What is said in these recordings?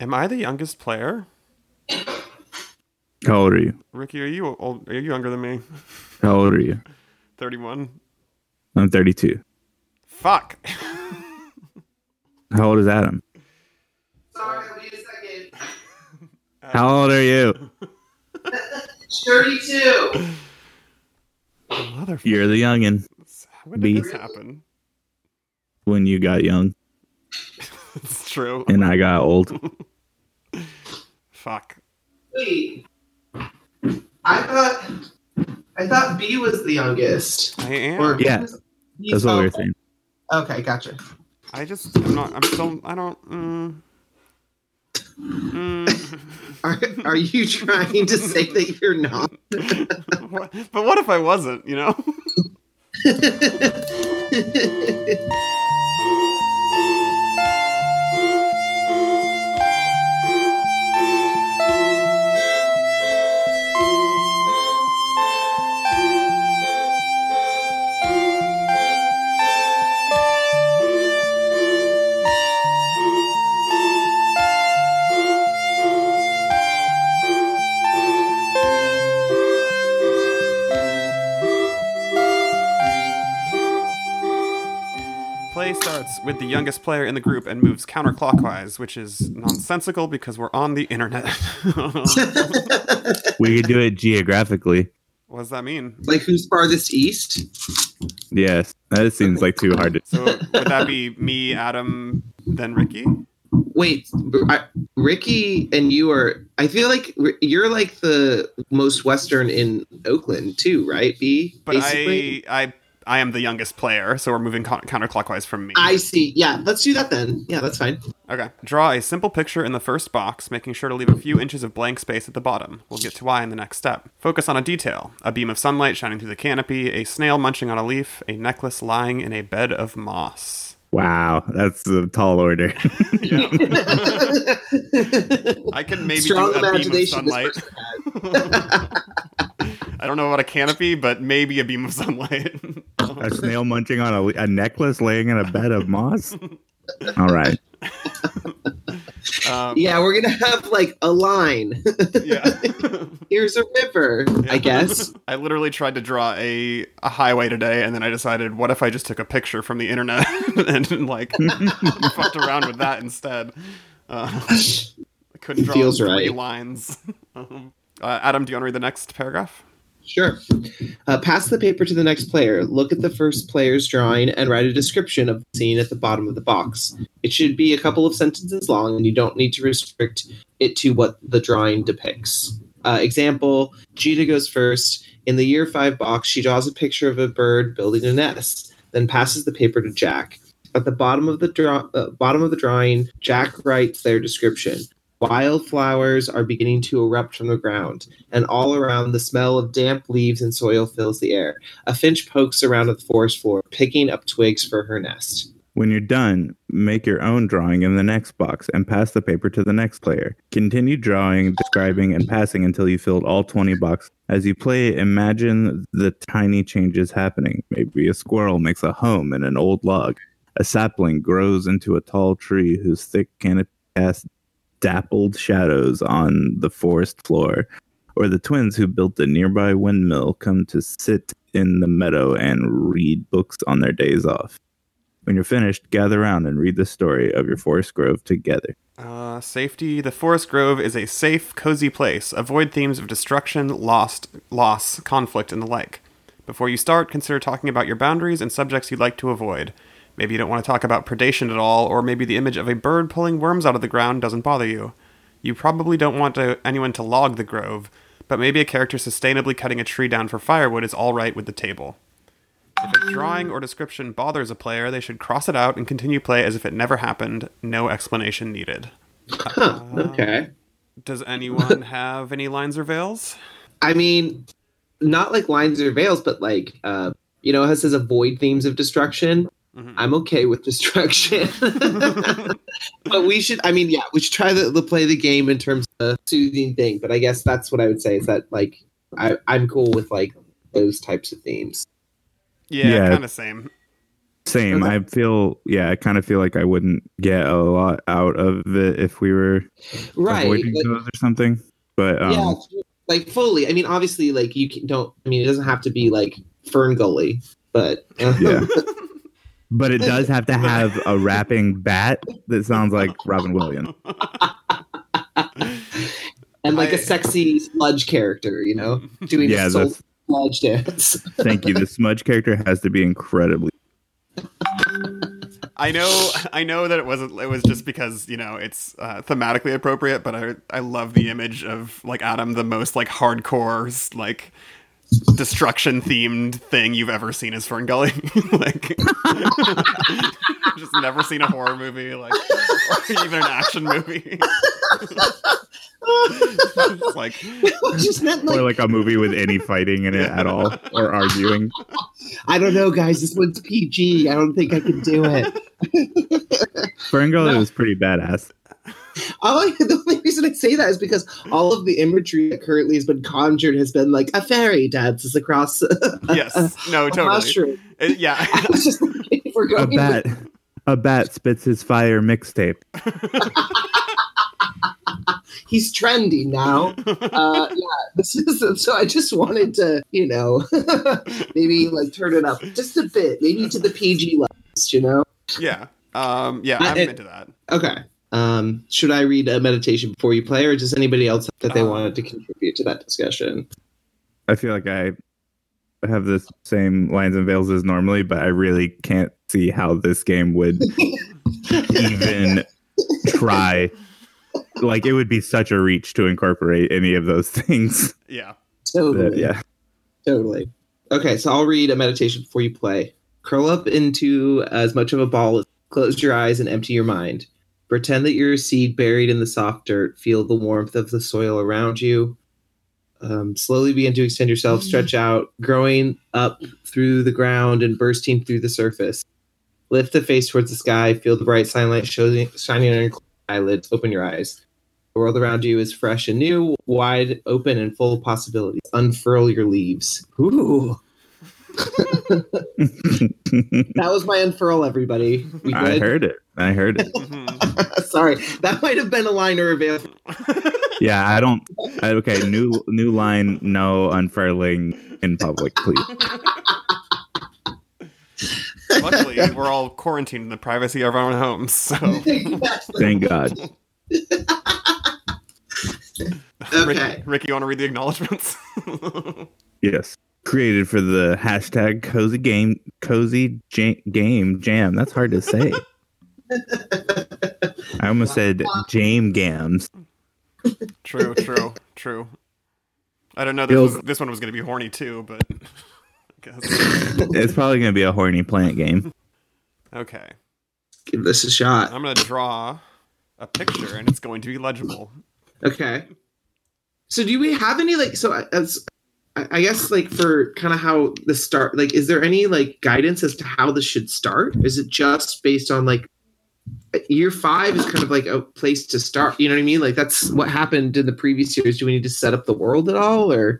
Am I the youngest player? How old are you? Ricky, are you old? Are you younger than me? How old are you? Thirty-one. I'm 32. Fuck. How old is Adam? Sorry, wait a second. How old are you? 32. Motherfucker. You're the youngin. When did this Beef. happen? When you got young It's true. and I got old. Fuck. Wait. I thought I thought B was the youngest. I am. Or Yeah, He's That's what we were old. saying. Okay, gotcha. I just. I'm not. I'm still. I don't. Mm, mm, Are, are you trying to say that you're not? what, but what if I wasn't? You know. Play starts with the youngest player in the group and moves counterclockwise, which is nonsensical because we're on the internet. We could do it geographically. what does that mean? like who's farthest east? Yes. That seems like too hard to. So would that be me, Adam, then Ricky? Wait, I, Ricky and you are. I feel like r- you're like the most western in Oakland too, right? B. But I, I, I am the youngest player, so we're moving co- counterclockwise from me. I see. Yeah, let's do that then. Yeah, that's fine. Okay. Draw a simple picture in the first box, making sure to leave a few inches of blank space at the bottom. We'll get to why in the next step. Focus on a detail a beam of sunlight shining through the canopy, a snail munching on a leaf, a necklace lying in a bed of moss. Wow. That's a tall order. Yeah. I can maybe Strong do a beam of imagination. this sunlight. person has. I don't know about a canopy, but maybe a beam of sunlight. a snail munching on a, le- a necklace laying in a bed of moss. All right. um, Yeah, we're gonna have like a line. yeah. Here's a river, Yeah. I guess. I literally tried to draw a, a highway today, and then I decided, what if I just took a picture from the internet and like fucked around with that instead? Uh, I couldn't draw Feels three right. lines. Um, uh, Adam, do you want to read the next paragraph? Sure. Uh, pass the paper to the next player. Look at the first player's drawing and write a description of the scene at the bottom of the box. It should be a couple of sentences long, and you don't need to restrict it to what the drawing depicts. Uh, example Gita goes first. In the year five box, she draws a picture of a bird building a nest, then passes the paper to Jack. At the bottom of the draw- uh, bottom of the drawing, Jack writes their description. Wildflowers are beginning to erupt from the ground and all around the smell of damp leaves and soil fills the air. A finch pokes around at the forest floor, picking up twigs for her nest. When you're done, make your own drawing in the next box and pass the paper to the next player. Continue drawing, describing, and passing until you filled all 20 boxes. As you play, imagine the tiny changes happening. Maybe a squirrel makes a home in an old log. A sapling grows into a tall tree whose thick canopy casts dappled shadows on the forest floor. Or the twins who built the nearby windmill come to sit in the meadow and read books on their days off. When you're finished, gather around and read the story of your forest grove together. Uh, safety. The forest grove is a safe, cozy place. Avoid themes of destruction, lost, loss, conflict, and the like. Before you start, consider talking about your boundaries and subjects you'd like to avoid. Maybe you don't want to talk about predation at all, or maybe the image of a bird pulling worms out of the ground doesn't bother you. You probably don't want to, anyone to log the grove, but maybe a character sustainably cutting a tree down for firewood is all right with the table. If a drawing or description bothers a player, they should cross it out and continue play as if it never happened. No explanation needed. Huh, okay. Does anyone have any lines or veils? I mean, not like lines or veils, but like, uh, you know, how it says avoid themes of destruction. Mhm. I'm okay with destruction. but we should, I mean, yeah, we should try to, to play the game in terms of a soothing thing. But I guess that's what I would say is that, like, I, I'm cool with, like, those types of themes. Yeah, Yeah. kind of same. Same. Okay. I feel, yeah, I kind of feel like I wouldn't get a lot out of it if we were Right. avoiding like- those or something. But um, yeah, like fully. I mean, obviously, like you can, don't. I mean, it doesn't have to be like Fern Gully, but um, Yeah. but it does have to have a rapping bat that sounds like Robin Williams. and like I- a sexy sludge character, you know, doing Yeah, a soul that's, sludge dance. thank you. The smudge character has to be incredibly. I know, I know that it wasn't. It was just because you know it's uh, thematically appropriate, but I, I love the image of like Adam, the most like hardcore like destruction themed thing you've ever seen is Fern Gully. like, just never seen a horror movie, like, or even an action movie. It's like, just meant like, or like a movie with any fighting in it at all or arguing. I don't know, guys. This one's PG. I don't think I can do it. Ferngully was pretty badass. All I, the only reason I say that is because all of the imagery that currently has been conjured has been like a fairy dances across a yes, no, Oh, totally. mushroom. It- yeah, I was just like, if we're A going with bat, a bat spits his fire mixtape. he's trendy now. Uh, yeah, this is so. I just wanted to, you know, maybe like turn it up just a bit, maybe to the PG levels, you know. yeah, um, yeah. I'm into that. Okay. Um, should I read a meditation before you play, or does anybody else that they Uh, wanted to contribute to that discussion? I feel like I have the same lines and veils as normally, but I really can't see how this game would even try. Like it would be such a reach to incorporate any of those things. Yeah, That, Totally. yeah, Totally. Okay, so I'll read a meditation before you play. Curl up into as much of a ball as close your eyes and empty your mind. Pretend that you're a seed buried in the soft dirt. Feel the warmth of the soil around you. Um, slowly begin to extend yourself, stretch out, growing up through the ground and bursting through the surface. Lift the face towards the sky. Feel the bright sunlight showing- shining on your eyelids. Open your eyes. The world around you is fresh and new, wide open and full of possibilities. Unfurl your leaves. Ooh. That was my unfurl, everybody. We I good? heard it. I heard it. Mhm. Sorry. That might have been a line or a veil. Yeah, I don't. I, okay, new new line. No unfurling in public, please. Luckily, we're all quarantined in the privacy of our own homes, Oh. so. Exactly. Thank God. Okay. Ricky, Ricky, you want to read the acknowledgments? Yes. Created for the hashtag cozy game cozy ja- game jam. That's hard to say. I almost said jam gams. true, true, true. I don't know. This, was, this one was going to be horny too, but I guess. It's probably gonna be a horny plant game. Okay, Give this a shot. I'm going to draw a picture, and it's going to be legible. Okay. So do we have any like so uh, as I I guess like for kind of how the start like is there any like guidance as to how this should start? Is it just based on like year 5 is kind of like a place to start, you know what I mean? Like that's what happened in the previous years. Do we need to set up the world at all or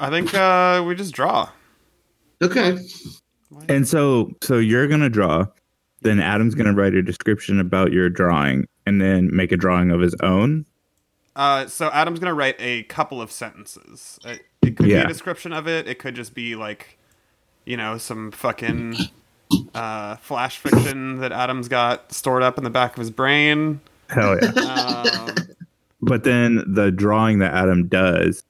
I think uh, we just draw. Okay. Why not? And so, so you're gonna draw. Then Adam's gonna write a description about your drawing, and then make a drawing of his own. Uh, so Adam's going to write a couple of sentences. Uh, It, it could be Yeah. a description of it. It could just be like, you know, some fucking uh, flash fiction that Adam's got stored up in the back of his brain. Hell yeah! Um, but then the drawing that Adam does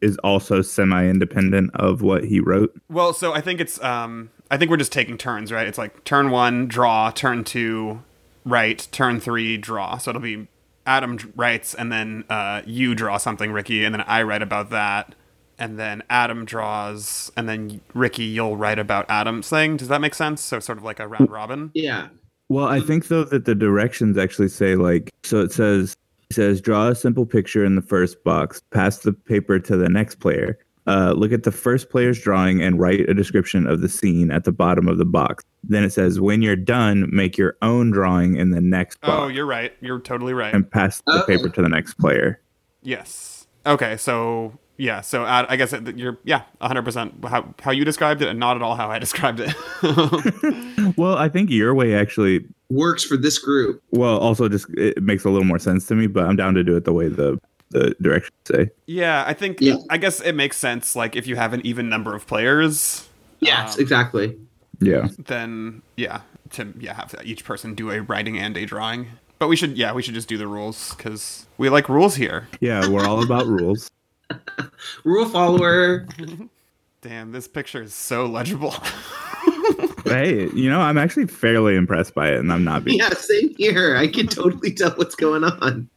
is also semi-independent of what he wrote. Well, so I think it's um I think we're just taking turns, right? It's like turn 1 draw, turn 2 write, turn 3 draw. So it'll be Adam dr- writes and then uh you draw something, Ricky, and then I write about that. And then Adam draws, and then Ricky, you'll write about Adam's thing. Does that make sense? So sort of like a round robin. Yeah. Well, I think though that the directions actually say like so it says it says draw a simple picture in the first box, pass the paper to the next player. Uh, look at the first player's drawing and write a description of the scene at the bottom of the box. Then it says when you're done, make your own drawing in the next Oh, box you're right. You're totally right. and pass the Okay. paper to the next player. Yes. Okay, so yeah, so uh, I, I guess that you're yeah, 100% how how you described it and not at all how I described it. Well, I think your way actually. Works for this group. Well, also just it makes a little more sense to me, but I'm down to do it the way the the directions say. yeah, I think Yeah. I guess it makes sense like if you have an even number of players, Yes, Um, exactly. Yeah. then yeah, to yeah, have each person do a writing and a drawing. But we should yeah, we should just do the rules cuz we like rules here. Yeah, we're all about rules. Rule follower. Damn, this picture is so legible. Hey, you know, I'm actually fairly impressed by it, and I'm not being. yeah, same here. I can totally tell what's going on.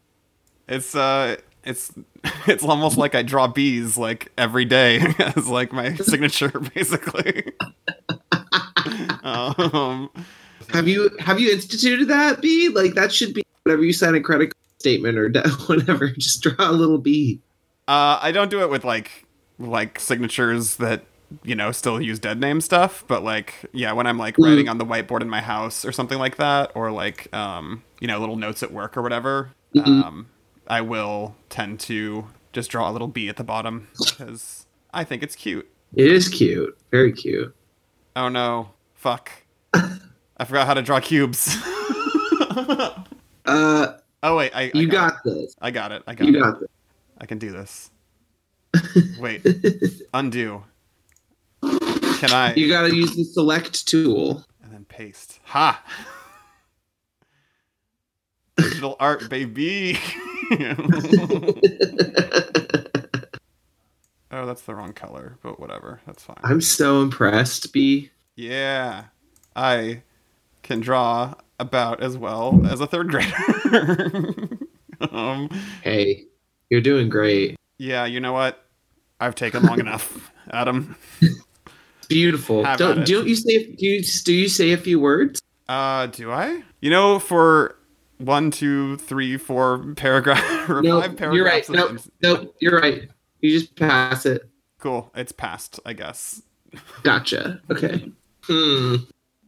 It's uh it's it's almost like I draw bees like every day as like my signature basically. um Have you have you instituted that B? Like that should be whatever you sign a credit card statement or de- whatever. Just draw a little B. uh I don't do it with like like signatures that you know still use dead name stuff, but like yeah, when I'm like Mm. writing on the whiteboard in my house or something like that or like um you know little notes at work or whatever, um I will tend to just draw a little bee at the bottom because I think it's cute. It is cute. Very cute. Oh no. Fuck. I forgot how to draw cubes. oh Uh, wait, I, I you got, got, it. this. I got it. I got You it. got this. I can do this. Wait. Undo. Can I You got to use the select tool. and then paste. Ha. Digital art baby. oh, that's the wrong color, but whatever. That's fine. I'm so impressed, B. Yeah, I can draw about as well as a third grader. um, Hey, you're doing great. yeah, you know what? I've taken long enough, Adam. It's beautiful. Have at Don't it. don't you say do you, do you say a few words? Uh, do I? You know, for one, two, three, four paragraph, or No, five paragraphs. you're right. of No, ins- no, you're right. You just pass it. Cool. It's passed, I guess. Gotcha. Okay. Uh, Hmm.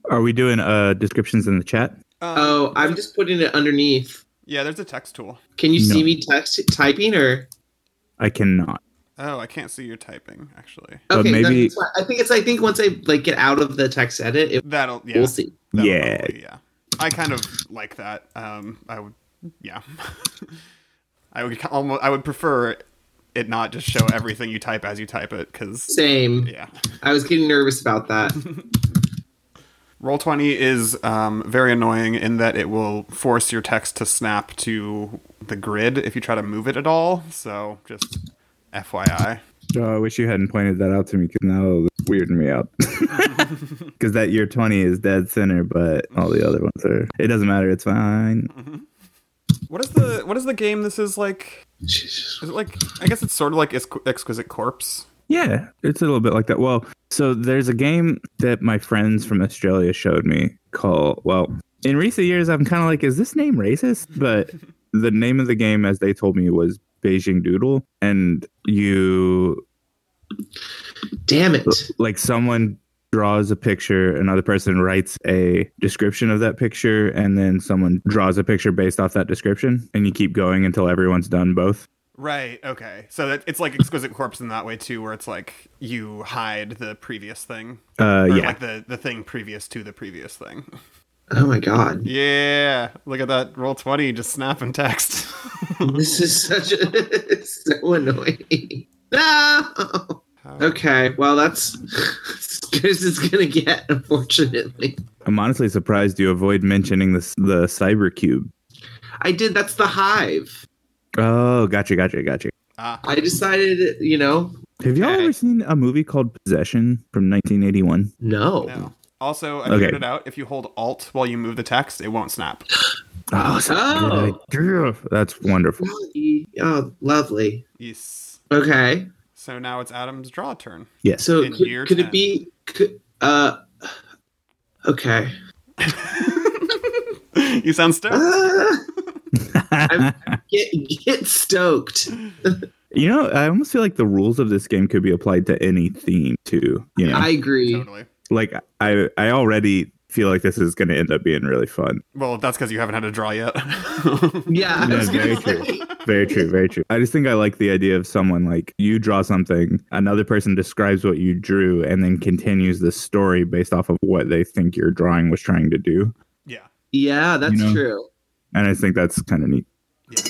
Are we doing uh descriptions in the chat? Um, Oh, I'm just putting it underneath. yeah. There's a text tool. Can you No. see me text typing or? I cannot. Oh, I can't see your typing actually. But Okay, maybe- that's fine. I think it's. I think once I like get out of the text edit, it, That'll yeah. we'll see. that'll Yeah. probably- yeah. I kind of like that. Um, I would, yeah. I would almost, I would prefer it not just show everything you type as you type it, because Same. yeah. I was getting nervous about that. Roll twenty is um, very annoying in that it will force your text to snap to the grid if you try to move it at all. So just FYI. Oh, I wish you hadn't pointed that out to me because now it's weirding me out. Because that year 20 is dead center, but all the other ones are. It doesn't matter. It's fine. What is the what is the game? This is like is it like I guess it's sort of like Exqu- Exquisite Corpse. Yeah, it's a little bit like that. Well, so there's a game that my friends from Australia showed me called, well, in recent years, I'm kind of like, is this name racist? But the name of the game, as they told me, was Beijing Doodle. And you Damn it! like someone draws a picture another person writes a description of that picture and then someone draws a picture based off that description and you keep going until everyone's done both Right. Okay. So that, it's like exquisite corpse in that way too, where it's like you hide the previous thing, uh or yeah like the the thing previous to the previous thing. Oh my god, Yeah. Look at that roll twenty, just snapping text. this is such a it's so annoying. No. How- Okay, well that's as good as it's gonna get, unfortunately. i'm honestly surprised you avoid mentioning this the cyber cube I did. That's the hive. oh gotcha gotcha gotcha Ah, I decided, you know, have y'all Okay. ever seen a movie called possession from 1981 no. no. Also, I Okay. figured it out. If you hold Alt while you move the text, it won't snap. oh, such a good idea. that's wonderful Lovely. Oh, lovely. Yes. Okay. So now it's Adam's draw turn. yes So In year could, could 10. it be? Could, uh. Okay. you sound stoked. Ah, get get stoked. you know i almost feel like the rules of this game could be applied to any theme too you know I agree. Totally. like I I already feel like this is going to end up being really fun. Well, that's because you haven't had a draw yet. Yeah, I Yeah, was very gonna true. say. Very true, very true. I just think I like the idea of someone like you draw something, another person describes what you drew, and then continues the story based off of what they think your drawing was trying to do. yeah. Yeah, that's You know? true. And I think that's kind of neat.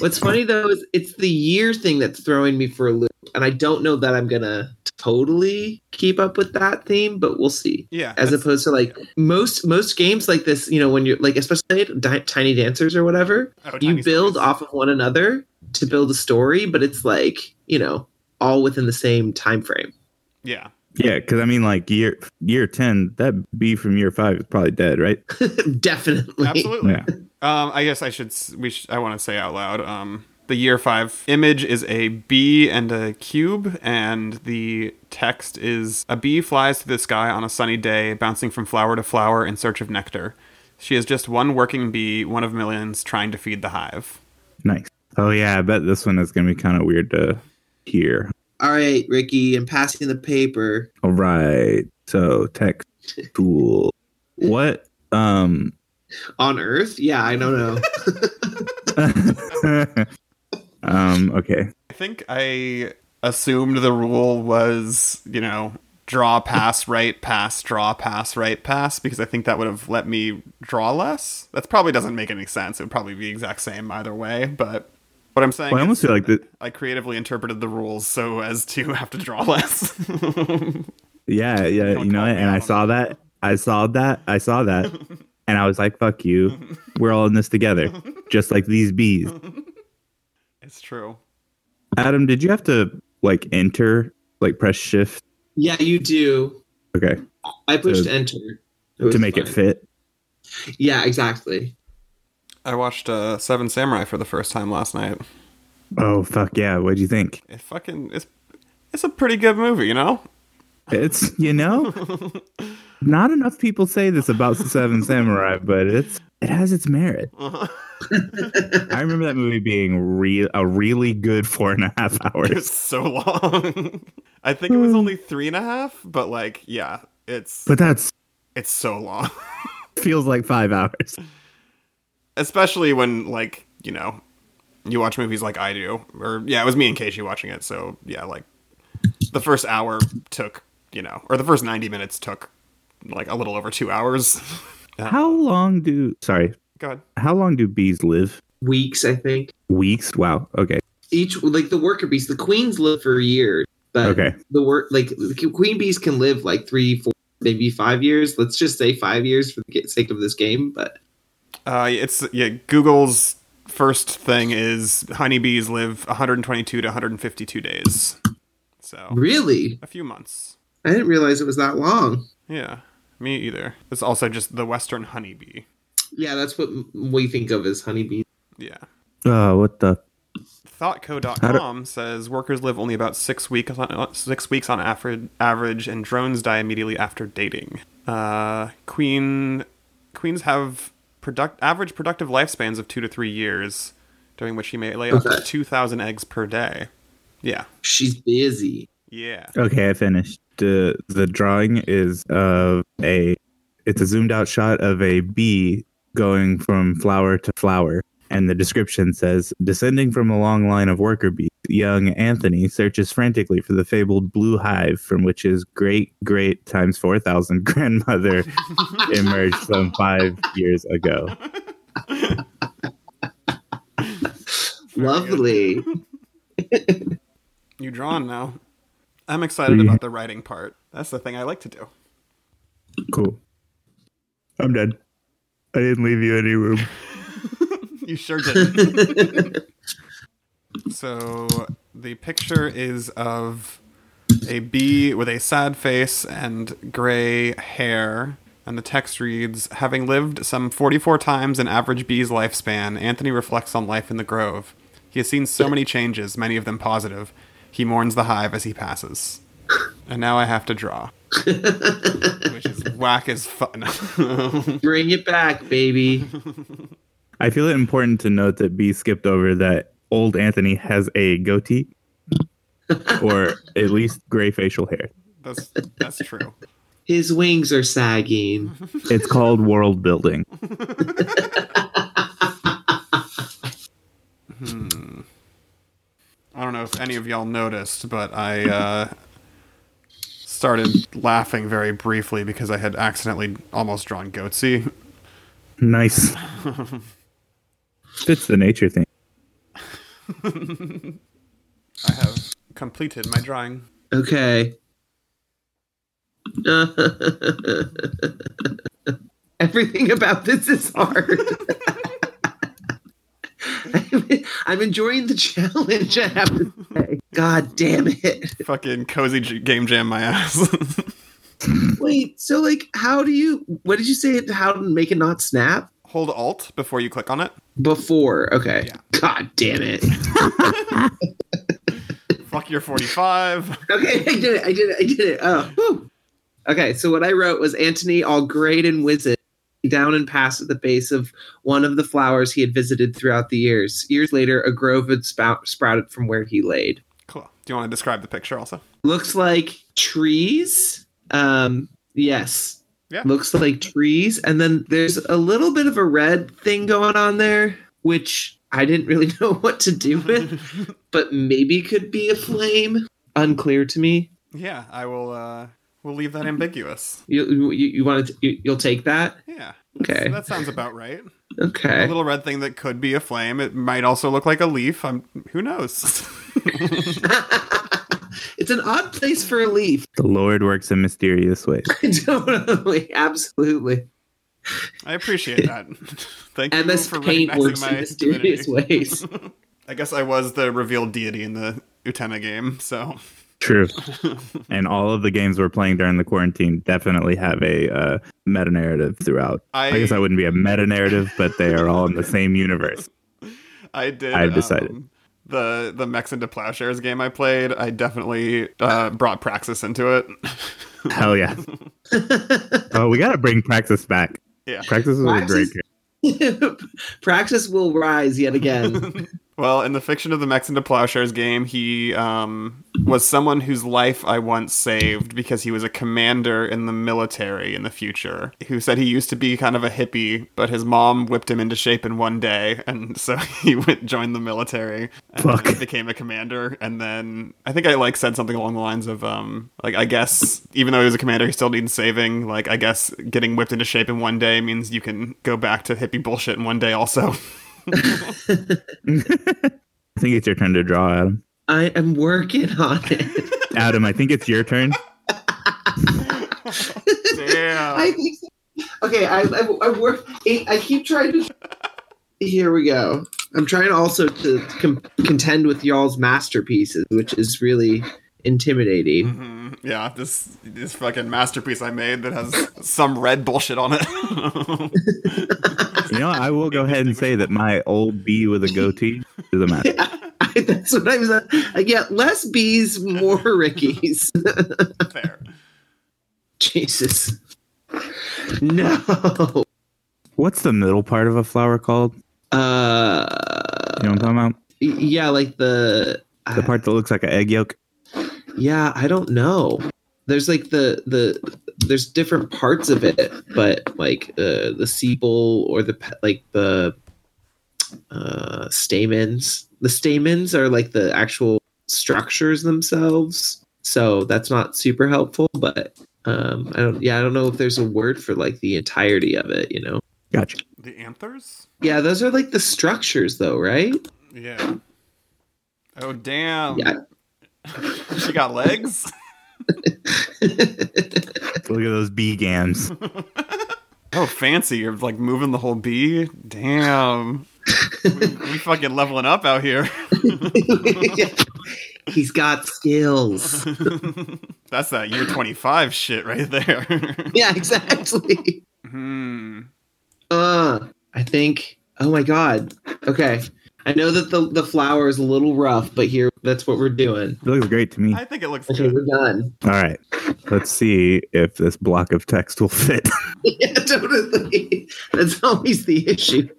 What's funny though is it's the year thing that's throwing me for a loop, and I don't know that I'm gonna totally keep up with that theme, but we'll see. Yeah. As that's- opposed to like most most games like this, you know, when you're like especially di- Tiny Dancers or whatever, oh, you tiny build stories. off of one another to build a story, but it's like you know all within the same time frame. Yeah. Yeah, because I mean, like year year ten, that B from year five is probably dead, right? Definitely. Absolutely. Yeah, Um, I guess I should. s- We sh- I want to say out loud. Um, the year five image is a bee and a cube, and the text is a bee flies to the sky on a sunny day, bouncing from flower to flower in search of nectar. She is just one working bee, one of millions trying to feed the hive. nice. Oh yeah, I bet this one is gonna be kind of weird to hear. All right, Ricky, I'm passing the paper. All right, so tech tool. What? Um. On Earth? Yeah, I don't know. um. Okay. I think I assumed the rule was, you know, draw, pass, right, pass, draw, pass, right, pass, because I think that would have let me draw less. That probably doesn't make any sense. It would probably be the exact same either way, but what I'm saying Well, I is almost feel like that. I creatively interpreted the rules so as to have to draw less. Yeah, yeah. Don't You know, call what? me and I out on saw that. I saw that. I saw that. And I was like, "Fuck you. We're all in this together, just like these bees." it's true. Adam, did you have to like enter, like press shift? yeah, you do. Okay, I pushed To- enter to make it fit. fit. Yeah, exactly. I watched uh, Seven Samurai for the first time last night. Oh fuck yeah! What'd you think? It fucking it's it's a pretty good movie, you know? It's you know, not enough people say this about Seven Samurai, but it's it has its merit. I remember that movie being real a really good four and a half It hours. was so long. I think it was only three and a half, but like, yeah, it's But that's it's so long. feels like five hours. Especially when like you know you watch movies like I do, or yeah, it was me and Casey watching it. So yeah, like the first hour took you know, or the first ninety minutes took like a little over two hours. How long do sorry? Go ahead. How long do bees live? Weeks, I think. Weeks? Wow. Okay. Each like the worker bees, the queens live for years, but Okay. the work like the queen bees can live like three, four, maybe five years. Let's just say five years for the sake of this game. But Uh, it's yeah. Google's first thing is honeybees live 122 to 152 days, so really, a few months. I didn't realize it was that long. Yeah, me either. It's also just the Western honeybee. Yeah, that's what m- we think of as honeybees. Yeah. Oh, what the Thoughtco.com says workers live only about six weeks on uh, six weeks on average, average, and drones die immediately after dating. Uh, queen queens have product average productive lifespans of two to three years, during which she may lay up to Okay. two thousand eggs per day. Yeah, She's busy. yeah, Okay, I finished. The the drawing is of a it's a zoomed out shot of a bee going from flower to flower. And the description says, descending from a long line of worker bees, young Anthony searches frantically for the fabled blue hive from which his great great times 4,000 grandmother emerged some five years ago. Lovely. you drawn now. I'm excited about the writing part. That's the thing I like to do. Cool. I'm done. I didn't leave you any room. You sure did. so the picture is of a bee with a sad face and gray hair. And the text reads Having lived some 44 times an average bee's lifespan, Anthony reflects on life in the grove. He has seen so many changes, many of them positive. He mourns the hive as he passes. And now I have to draw. Which is whack as fun. Bring it back, baby. I feel it important to note that B skipped over that old Anthony has a goatee or at least gray facial hair. that's, that's true. His wings are sagging. It's called world building. I don't know if any of y'all noticed, but I uh, started laughing very briefly because I had accidentally almost drawn Goatsy. Nice. Fits the nature thing. I have completed my drawing. Okay. Everything about this is hard. I'm, I'm enjoying the challenge, I have to say. God damn it. Fucking cozy j- game jam my ass. Wait, so, like, how do you. What did you say? How to make it not snap? Hold Alt before you click on it. Before. Okay. Yeah. God damn it. Fuck your 45. Okay, I did it. I did it. I did it. Oh, whew. okay. So what I wrote was Antony, all great and wizened, down and passed at the base of one of the flowers he had visited throughout the years. Years later, a grove had spout, sprouted from where he laid. Cool. Do you want to describe the picture also? Looks like trees. Um, yes. Yeah. Looks like trees, and then there's a little bit of a red thing going on there, which I didn't really know what to do with, but maybe could be a flame. Unclear to me. Yeah, I will. Uh, we'll leave that ambiguous. You you, you want to? You, you'll take that? Yeah. Okay. That sounds about right. A Okay. little red thing that could be a flame. It might also look like a leaf. I'm, who knows? it's an odd place for a leaf. The Lord works in mysterious ways. totally, absolutely. I appreciate that. Thank you MS for Paint recognizing works my in mysterious divinity. ways. I guess I was the revealed deity in the Utena game, so True. and all of the games we're playing during the quarantine definitely have a uh, meta narrative throughout. I- guess I wouldn't be a meta narrative, but they are all in the same universe. I did. I've decided. um, the the Mechs into Plowshares game I played, I definitely uh, brought Praxis into it. Hell yeah. oh, we got to bring Praxis back. yeah. Praxis is a great Praxis- character. Praxis will rise yet again. Well, in the fiction of the Mechs into Plowshares game, he um, was someone whose life I once saved because he was a commander in the military in the future who said he used to be kind of a hippie, but his mom whipped him into shape in one day, and so he went joined the military and Fuck. then became a commander. And then I think I like said something along the lines of um, like I guess even though he was a commander, he still needs saving. Like I guess getting whipped into shape in one day means you can go back to hippie bullshit in one day also. I think it's your turn to draw, Adam. I am working on it. Adam, I think it's your turn. Damn. I think so. Okay, I, I, I work. I I keep trying to. Here we go. I'm trying also to com- contend with y'all's masterpieces, which is really intimidating. Mhm. Yeah, this this fucking masterpiece I made that has some red bullshit on it. You know, I will go ahead and say that my old bee with a goatee is a master. I, that's what I was. Uh, yeah, less bees, more Rickies. Fair. Jesus. No. What's the middle part of a flower called? Uh. You know what I'm talking Yeah, like the. about? The part that looks like an egg yolk. yeah, I don't know. There's like the the there's different parts of it, but like uh, the sepal or the pe- like the uh, stamens. The stamens are like the actual structures themselves, so that's not super helpful. But um, I don't. Yeah, I don't know if there's a word for like the entirety of it. You know. Gotcha. The anthers? Yeah, those are like the structures, though, right? Yeah. Oh damn. Yeah. She got legs? Look at those bee gams. Oh fancy, you're like moving the whole bee. Damn. we, we fucking leveling up out here. He's got skills. That's that year 25 shit right there. Yeah, exactly. hmm. Uh, I think. Oh my god. Okay. I know that the the flower is a little rough, but here that's what we're doing. It looks great to me. I think it looks Okay, good. we're done. All right. Let's see if this block of text will fit. Yeah, totally. That's always the issue.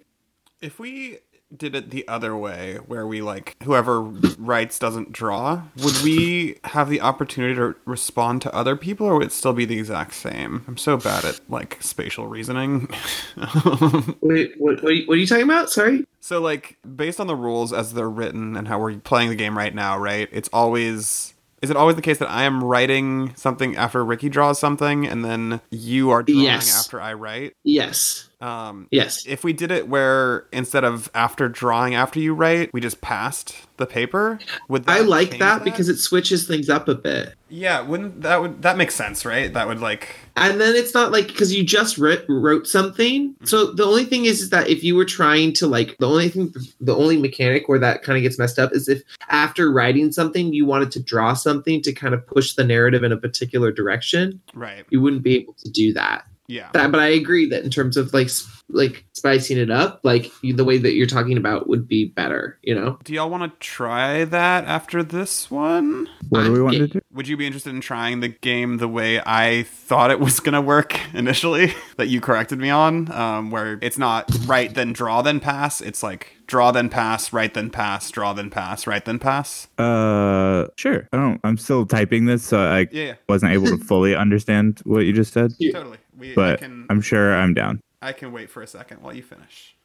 If we did it the other way, where we like whoever writes doesn't draw, would we have the opportunity to respond to other people, or would it still be the exact same? I'm so bad at like spatial reasoning. Wait, what, what, are you, what are you talking about? Sorry. So, like, based on the rules as they're written and how we're playing the game right now, right? It's always. Is it always the case that I am writing something after Ricky draws something and then you are drawing Yes. after I write? Yes. Um, Yes. if we did it where instead of after drawing after you write, we just passed the paper, would that I like change that because it switches things up a bit. yeah, wouldn't that would that makes sense, right? That would like and then it's not like because you just writ- wrote something so the only thing is, is that if you were trying to like the only thing the only mechanic where that kind of gets messed up is if after writing something you wanted to draw something to kind of push the narrative in a particular direction right, you wouldn't be able to do that, yeah, that but i agree that in terms of like s- like spicing it up like you, the way that you're talking about would be better you know Do y'all want to try that after this one? What do we want to do? Would you be interested in trying the game the way I thought it was gonna work initially, that you corrected me on, um, where it's not right then draw then pass, it's like draw then pass, right then pass, draw then pass, right then pass. Uh, sure. I don't. I'm still typing this, so I Yeah, wasn't able to fully understand what you just said. yeah. totally. We I But can I'm sure I'm down. I can wait for a second while you finish.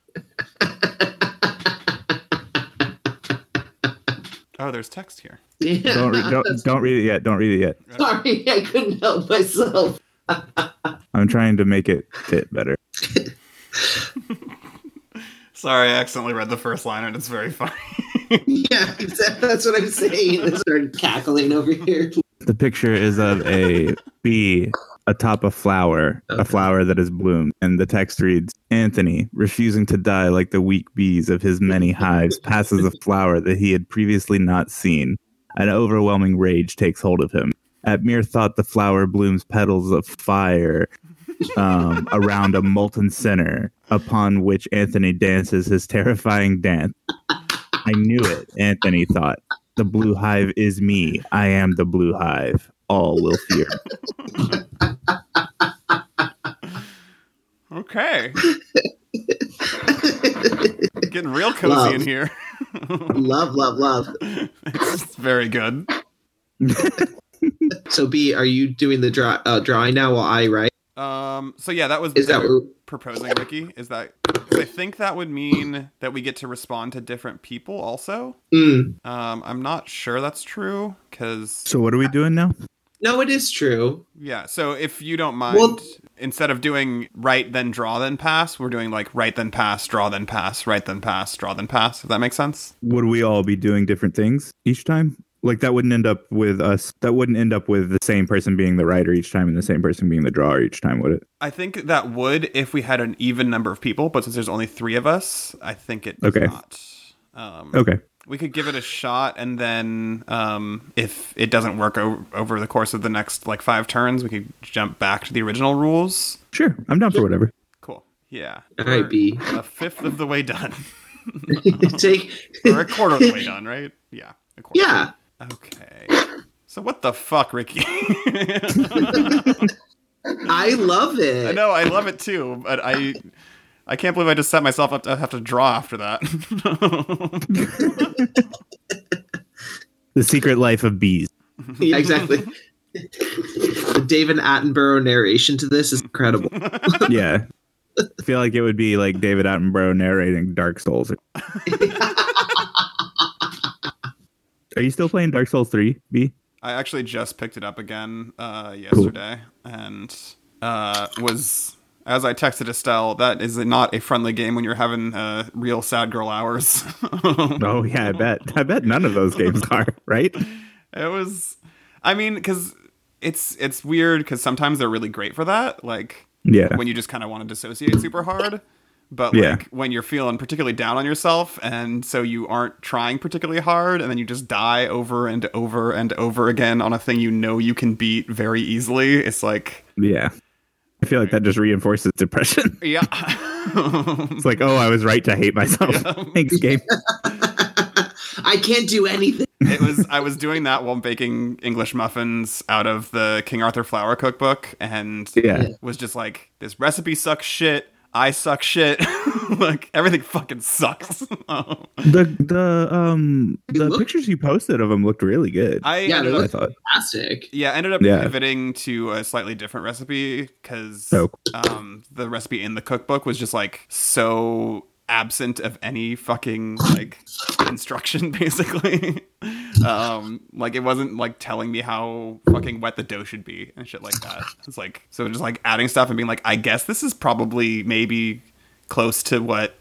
oh, there's text here. Yeah. Don't read. Don't, don't read it yet. Don't read it yet. sorry i couldn't help myself I'm trying to make it fit better. Sorry, I accidentally read the first line and it's very funny. yeah except that's what i'm saying i started cackling over here The picture is of a bee atop a flower, a Okay. flower that has bloomed, and the text reads: Anthony, refusing to die like the weak bees of his many hives, passes a flower that he had previously not seen. An overwhelming rage takes hold of him. At mere thought, the flower blooms petals of fire um, around a molten center, upon which Anthony dances his terrifying dance. I knew it, Anthony thought. The blue hive is me. I am the blue hive. All will fear. okay. Getting real cozy in Love. here. love, love, love. it's very good. So, B, are you doing the draw, uh, drawing now while I write? Um, so yeah, that was Is that we what? proposing, Ricky. Is that? 'cause I think that would mean that we get to respond to different people. Also, Mm. um, I'm not sure that's true because So, what are we doing now? No, it is true. Yeah, so if you don't mind, Well- instead of doing right then draw then pass, we're doing like right then pass, draw then pass, right then pass, draw then pass. If that makes sense. Would we all be doing different things each time? Like that wouldn't end up with us. That wouldn't end up with the same person being the writer each time and the same person being the drawer each time, would it? I think that would if we had an even number of people, but since there's only three of us, I think it does Okay. not. Um, Okay. We could give it a shot, and then um, if it doesn't work o- over the course of the next like five turns, we could jump back to the original rules. Sure. I'm down for whatever. Cool. Yeah. All right, We're B. A fifth of the way done, Take. or a quarter of the way done, right? Yeah. A quarter. Yeah. Okay. So what the fuck, Ricky? I love it. I know I love it too, but I I can't believe I just set myself up to have to draw after that. The Secret Life of Bees. Yeah, exactly. the David Attenborough narration to this is incredible. Yeah. I feel like it would be like David Attenborough narrating Dark Souls. Are you still playing Dark Souls 3, B? I actually just picked it up again uh, yesterday and uh, was as I texted Estelle, that is not a friendly game when you're having uh, real sad girl hours. Oh yeah, I bet. I bet none of those games are, right? It was, I mean, because it's it's weird because sometimes they're really great for that, like Yeah. when you just kind of want to dissociate super hard. But like Yeah. when you're feeling particularly down on yourself, and so you aren't trying particularly hard, and then you just die over and over and over again on a thing you know you can beat very easily. It's like, Yeah. I feel like that just reinforces depression. yeah, It's like, oh, I was right to hate myself. Thanks, game. I can't do anything. it was. I was doing that while baking English muffins out of the King Arthur flour cookbook, and Yeah. was just like, this recipe sucks shit. I suck shit. like everything fucking sucks. Oh. The the um It the looked- pictures you posted of them looked really good. I, I Yeah, ended they up, look- thought Fantastic. yeah, I ended up Yeah. pivoting to a slightly different recipe because Oh. um, the recipe in the cookbook was just like so absent of any fucking like instruction, basically. um, like it wasn't like telling me how fucking wet the dough should be and shit like that. It's like so just like adding stuff and being like, I guess this is probably maybe close to what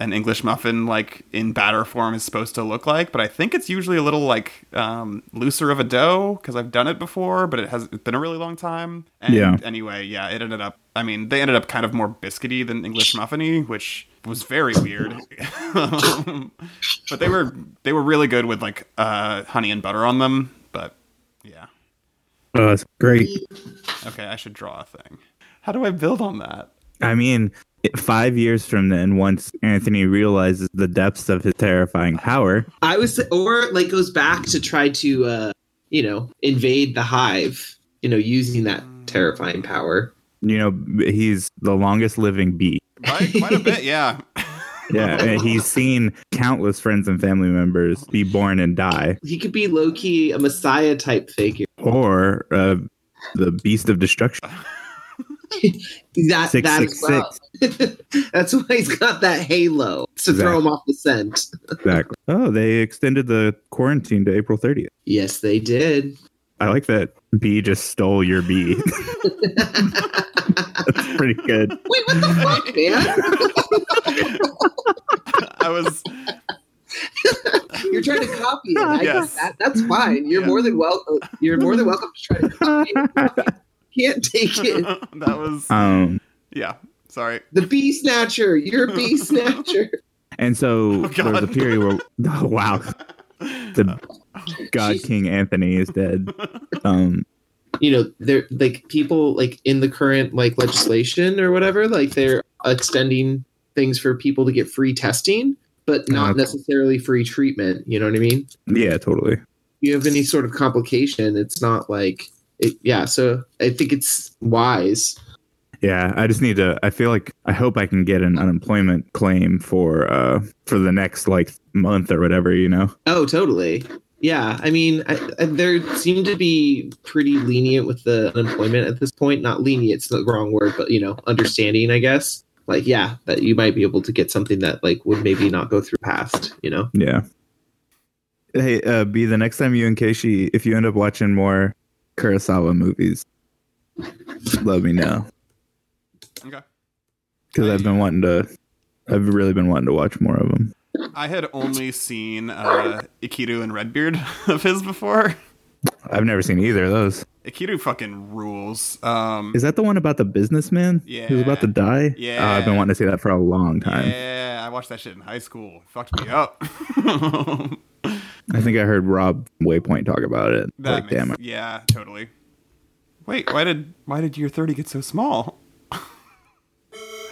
an English muffin like in batter form is supposed to look like, but I think it's usually a little like um, looser of a dough because I've done it before, but it has it's been a really long time. And Yeah. anyway, yeah, it ended up. I mean, they ended up kind of more biscuity than English muffiny, which was very weird. Um, but they were they were really good with like uh, honey and butter on them. But yeah, oh, it's great. okay, I should draw a thing. How do I build on that? I mean, it- five years from then, once Anthony realizes the depths of his terrifying power, I was, or like goes back to try to, uh, you know, invade the hive. You know, using that terrifying power. you know he's the longest living bee. Right, quite a bit, yeah. Yeah, and he's seen countless friends and family members be born and die, He could be low key a messiah type figure. or uh, the beast of destruction. That Six that six as well. six. That's why he's got that halo to throw him off the scent. Exactly. Oh, they extended the quarantine to April thirtieth. Yes, they did. I like that bee just stole your bee. That's pretty good. Wait, what the fuck, man? I was You're trying to copy it. I Yes. yes. that, that's fine. You're Yeah. more than welcome. You're more than welcome to try to copy it. You can't take it. that was Um, yeah. Sorry. The bee snatcher. You're a bee snatcher. and so Oh, there was a God. period where, oh, wow, the God King Anthony is dead. Um, you know they're like people like in the current like legislation or whatever like they're extending things for people to get free testing but not Okay. necessarily free treatment you know what i mean yeah, totally. you have any sort of complication it's not like it, yeah so i think it's wise Yeah, I just need to. I feel like I hope I can get an unemployment claim for uh for the next like month or whatever. You know. oh totally yeah i mean I, I, they seem to be pretty lenient with the unemployment at this point not lenient's the wrong word but you know understanding i guess like yeah that you might be able to get something that like would maybe not go through past you know Yeah. Hey, uh, B. The next time you and Keishi, if you end up watching more Kurosawa movies, let me know Okay. because I've been wanting to. I've really been wanting to watch more of them. I had only seen uh, Ikiru and Redbeard of his before. I've never seen either of those. Ikiru fucking rules. Um, Is that the one about the businessman who's about to Yeah. die? Yeah. Oh, I've been wanting to see that for a long time. yeah, I watched that shit in high school. It fucked me up. I think I heard Rob Waypoint talk about it. that like, makes, damn it. Yeah, totally. Wait, why did why did year thirty get so small?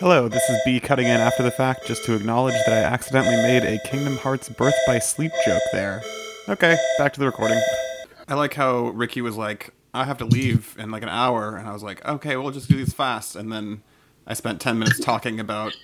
Hello, this is B cutting in after the fact just to acknowledge that I accidentally made a Kingdom Hearts Birth by Sleep joke there. Okay, back to the recording. I like how Ricky was like, I have to leave in like an hour, and I was like, okay, we'll just do these fast, and then I spent ten minutes talking about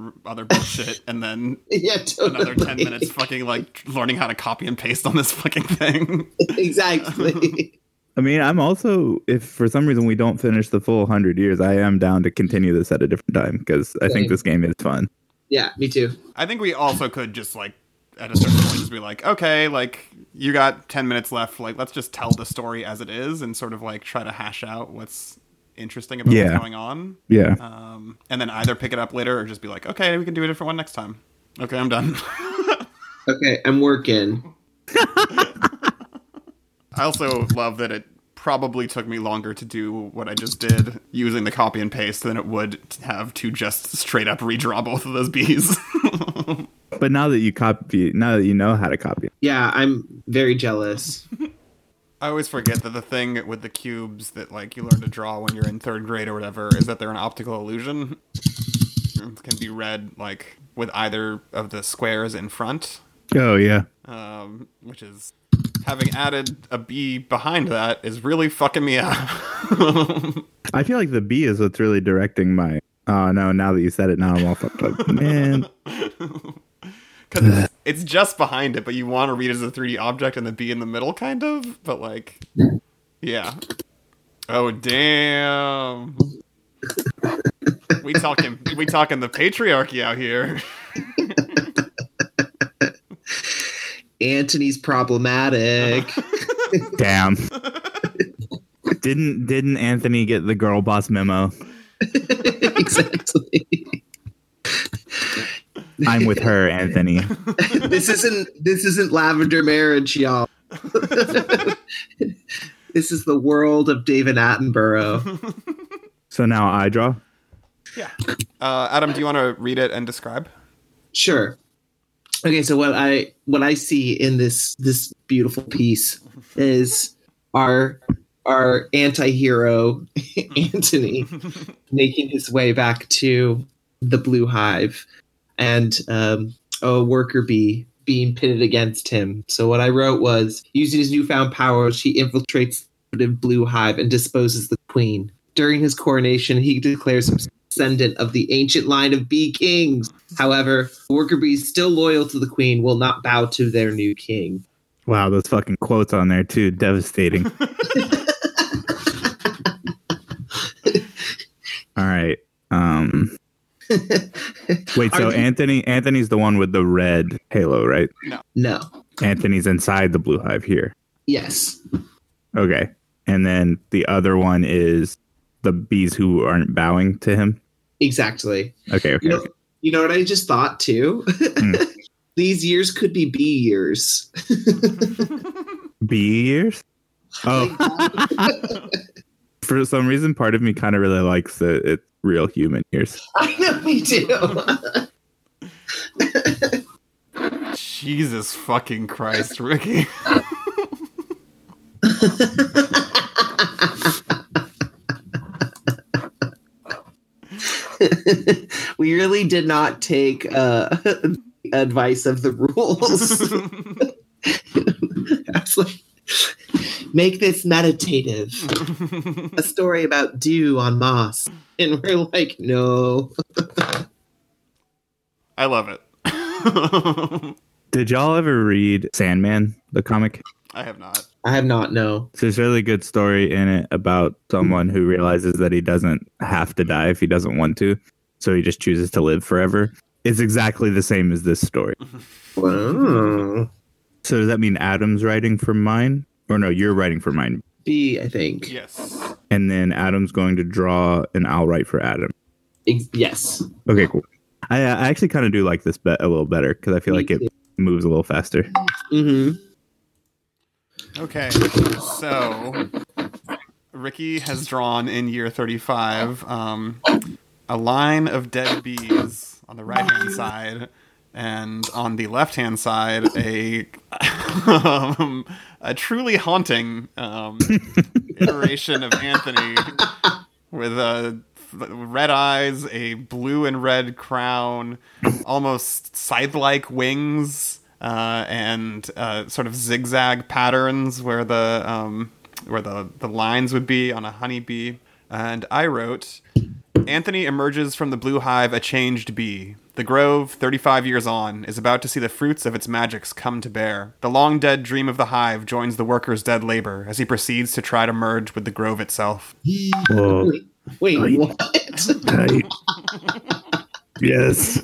r- other bullshit, and then Yeah, totally. another ten minutes fucking like learning how to copy and paste on this fucking thing. exactly. I mean, I'm also if for some reason we don't finish the full hundred years, I am down to continue this at a different time because I think Same. this game is fun. yeah, me too. I think we also could just like at a certain point just be like, okay, like you got ten minutes left, like let's just tell the story as it is and sort of like try to hash out what's interesting about Yeah. what's going on. Yeah, Um, and then either pick it up later or just be like, okay, we can do a different one next time. Okay, I'm done. Okay, I'm working. I also love that it probably took me longer to do what I just did using the copy and paste than it would to have to just straight up redraw both of those bees. but now that you copy, now that you know how to copy, Yeah, I'm very jealous. I always forget that the thing with the cubes that like you learn to draw when you're in third grade or whatever is that they're an optical illusion. It can be read like with either of the squares in front, oh yeah, um, which is having added a B behind that is really fucking me up. I feel like the B is what's really directing my Oh no! Now that you said it, now I'm all fucked up. Man, Because it's, it's just behind it, but you want to read it as a 3D object and the B in the middle, kind of. But like, yeah. Oh damn. We talking we talking the patriarchy out here. Antony's problematic. damn. didn't didn't Anthony get the girl boss memo? exactly. I'm with her, Anthony. this isn't this isn't lavender marriage, y'all. this is the world of David Attenborough. So now I draw. Yeah. Uh, Adam, do you want to read it and describe? Sure. Okay, so what I what I see in this this beautiful piece is our our anti-hero Anthony making his way back to the blue hive and um, a worker bee being pitted against him. So what I wrote was using his newfound powers, he infiltrates the blue hive and disposes the queen. During his coronation, he declares himself descendant of the ancient line of bee kings. However, worker bees still loyal to the queen will not bow to their new king. Wow, those fucking quotes on there too, devastating. All right. Um Wait, so Are you- Anthony Anthony's the one with the red halo, right? No. Anthony's inside the blue hive here. Yes. Okay. And then the other one is the bees who aren't bowing to him. Exactly. Okay, okay. You know, okay. you know what I just thought too? These years could be bee years. Bee ears? Oh, for some reason part of me kind of really likes the it, real human ears. I know me too. Jesus fucking Christ, Ricky. we really did not take uh, advice of the rules. I was like, make this meditative. A story about dew on moss. And we're like, no. I love it. I Did y'all ever read Sandman, the comic? have not. I have not, no. There's a really good story in it about someone who realizes that he doesn't have to die if he doesn't want to. So he just chooses to live forever. It's exactly the same as this story. Wow. So does that mean Adam's writing for mine? Or no, you're writing for mine. B, I think. Yes. And then Adam's going to draw and I'll write for Adam. Ex- yes. Okay, cool. I, uh, I actually kind of do like this bet a little better because I feel Me like it moves a little faster. hmm Okay. So Ricky has drawn in year 35 um, a line of dead bees on the right hand side, and on the left hand side, a um, a truly haunting um, iteration of Anthony with a red eyes, a blue and red crown, almost scythe-like wings, uh, and uh, sort of zigzag patterns where the um, where the, the lines would be on a honeybee. And I wrote, Anthony emerges from the blue hive a changed bee. The grove, 35 years on, is about to see the fruits of its magics come to bear. The long dead dream of the hive joins the worker's dead labor as he proceeds to try to merge with the grove itself. Whoa. Wait, wait, Right. what? Tight. yes.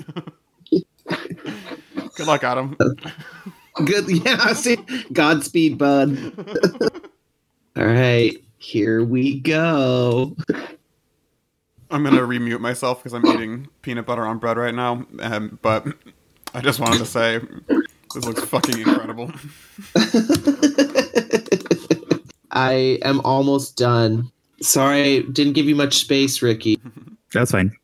Good luck, Adam. Good. Yeah. See, Godspeed, bud. All right. Here we go. I'm gonna remute myself because I'm eating peanut butter on bread right now. Um, but I just wanted to say this looks fucking incredible. I am almost done. Sorry, I didn't give you much space, Ricky. That's fine.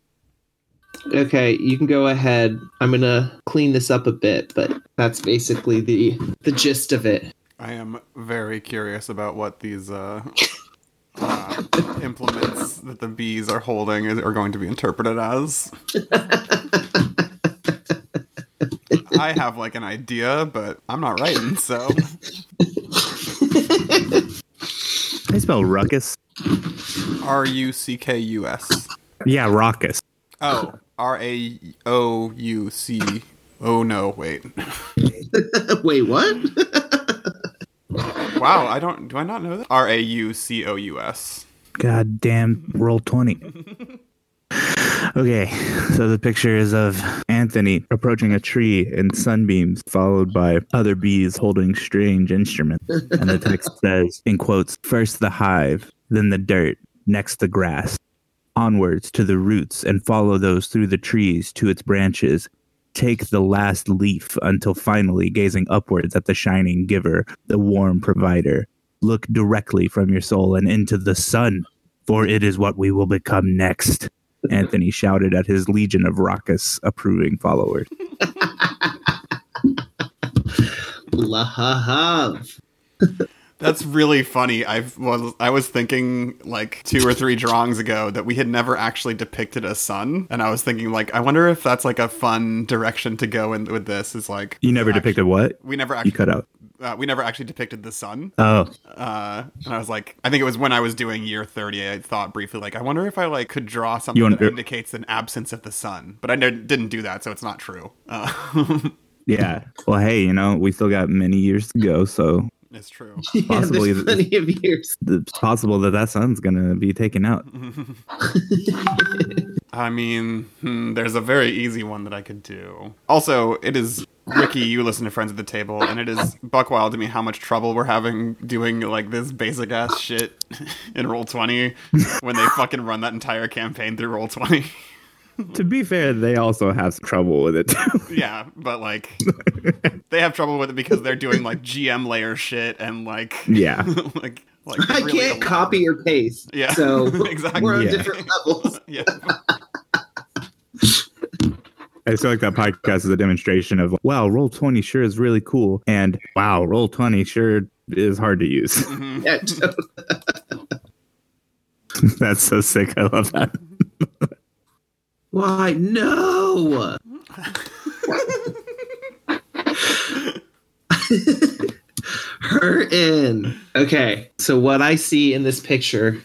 Okay, you can go ahead. I'm gonna clean this up a bit, but that's basically the the gist of it. I am very curious about what these uh, uh, implements that the bees are holding is, are going to be interpreted as. I have like an idea, but I'm not writing, so I spell ruckus. R U C K U S. Yeah, raucous. Oh, R A O U C. Oh no, wait. Wait, what? Wow, I don't. Do I not know that? R A U C O U S. God damn, roll 20. Okay, So the picture is of Anthony approaching a tree in sunbeams, followed by other bees holding strange instruments. And the text says, in quotes, first the hive, then the dirt, next the grass, onwards to the roots, and follow those through the trees to its branches. Take the last leaf until finally gazing upwards at the shining giver, the warm provider. Look directly from your soul and into the sun, for it is what we will become next. Anthony shouted at his legion of raucous, approving followers. Lahahav. That's really funny. I was I was thinking like two or three drawings ago that we had never actually depicted a sun, and I was thinking like I wonder if that's like a fun direction to go in with this. Is like You never actu- depicted what? We never You actually cut out. uh, we never actually depicted the sun. Oh, Uh, and I was like, I think it was when I was doing year thirty. I thought briefly like I wonder if I like could draw something You want- that indicates an absence of the sun, but I ne- didn't do that, so it's not true. Uh, yeah. Well, hey, you know, we still got many years to go, so it's true. Yeah, Possibly there's th- plenty of years. it's possible that that sun's gonna be taken out. I mean, hmm, there's a very easy one that I could do. Also, it is Ricky. You listen to Friends at the Table, and it is buckwild to me how much trouble we're having doing like this basic ass shit in Roll Twenty when they fucking run that entire campaign through Roll Twenty. to be fair, they also have some trouble with it. too. yeah, but like they have trouble with it because they're doing like GM layer shit and like yeah. like like I really can't elaborate- copy or paste. Yeah, So exactly. we're on Yeah. different levels. Yeah. I just feel like that podcast is a demonstration of wow, roll twenty sure is really cool, and wow, roll twenty sure is hard to use. Mhm. Yeah, totally. That's so sick. I love that. Why no? Her in. Okay, so what I see in this picture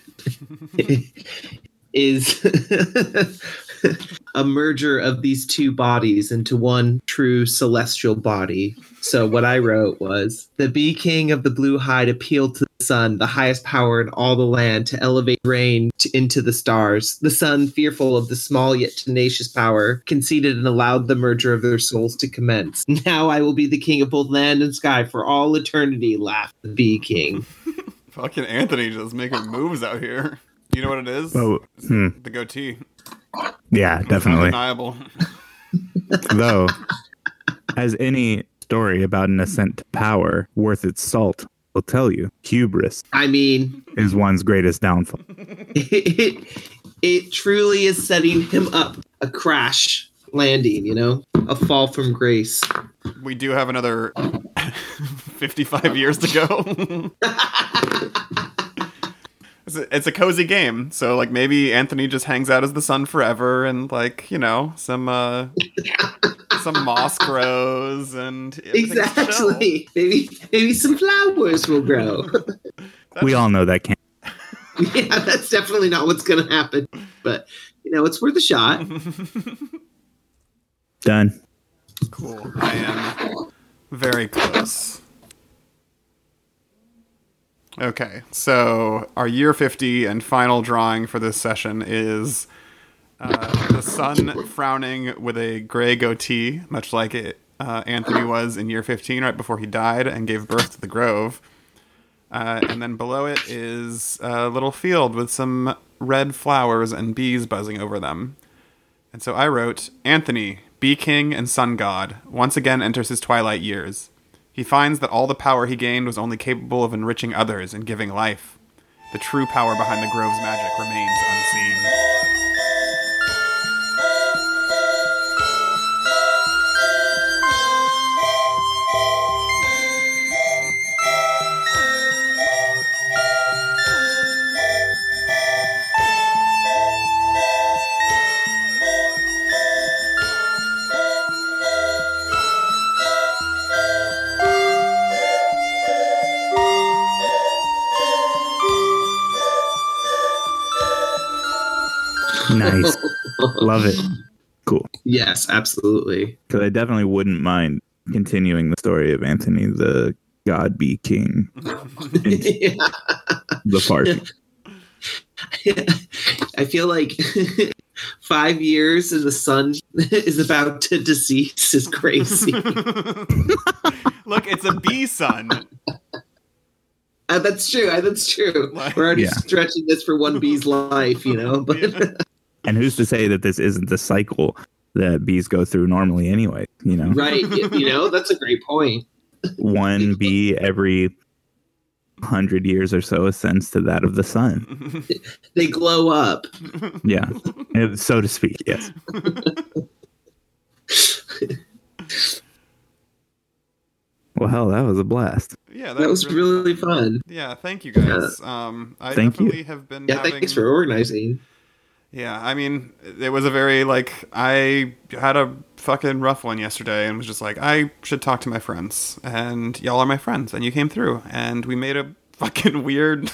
is a merger of these two bodies into one true celestial body. So what I wrote was the bee king of the blue hide appealed to the sun, the highest power in all the land, to elevate rain t- into the stars. The sun, fearful of the small yet tenacious power, conceded and allowed the merger of their souls to commence. Now I will be the king of both land and sky for all eternity, laughed the bee king. Fucking Anthony just making moves out here. You know what it is? Oh, hmm. The goatee. yeah, definitely. Undeniable. though as any story about an ascent to power worth its salt will tell you hubris I mean, is one's greatest downfall it, it truly is setting him up a crash landing you know a fall from grace We do have another 55 years to go. It's a, it's a cozy game, so like maybe Anthony just hangs out as the sun forever, and like you know some uh some moss grows and everything's chill. exactly maybe maybe some flowers will grow we all know that can't yeah that's definitely not what's gonna happen but you know it's worth a shot done Cool. I am very close. Okay, so our year 50 and final drawing for this session is uh, the sun frowning with a gray goatee, much like it, uh, Anthony was in year 15, right before he died and gave birth to the grove. Uh, and then below it is a little field with some red flowers and bees buzzing over them. And so I wrote Anthony, Bee King and Sun God, once again enters his twilight years. He finds that all the power he gained was only capable of enriching others and giving life. The true power behind the grove's magic remains unseen. Nice. Love it. Cool. yes, absolutely. Because I definitely wouldn't mind continuing the story of Anthony the God be King, Yeah. the parson. I feel like five years and the sun is about to decease is crazy. Look, it's a bee sun. Uh, that's true. Uh, that's true. We're already Yeah. stretching this for one bee's life, you know. But and who's to say that this isn't the cycle that bees go through normally anyway? You know, right, y- you know, that's a great point. one bee every hundred years or so ascends to that of the sun. They glow up. Yeah, Eh, so to speak. Yes. well, hell, that was a blast. yeah, That was really fun. Yeah, thank you guys. Um, I Thank you. definitely have been. Yeah, having... thanks for organizing. Yeah, I mean, it was a very like I had a fucking rough one yesterday, and was just like, I should talk to my friends, and y'all are my friends, and you came through, and we made a fucking weird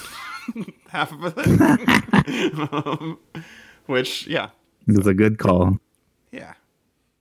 half of a thing, um, which yeah, It was a good call. yeah,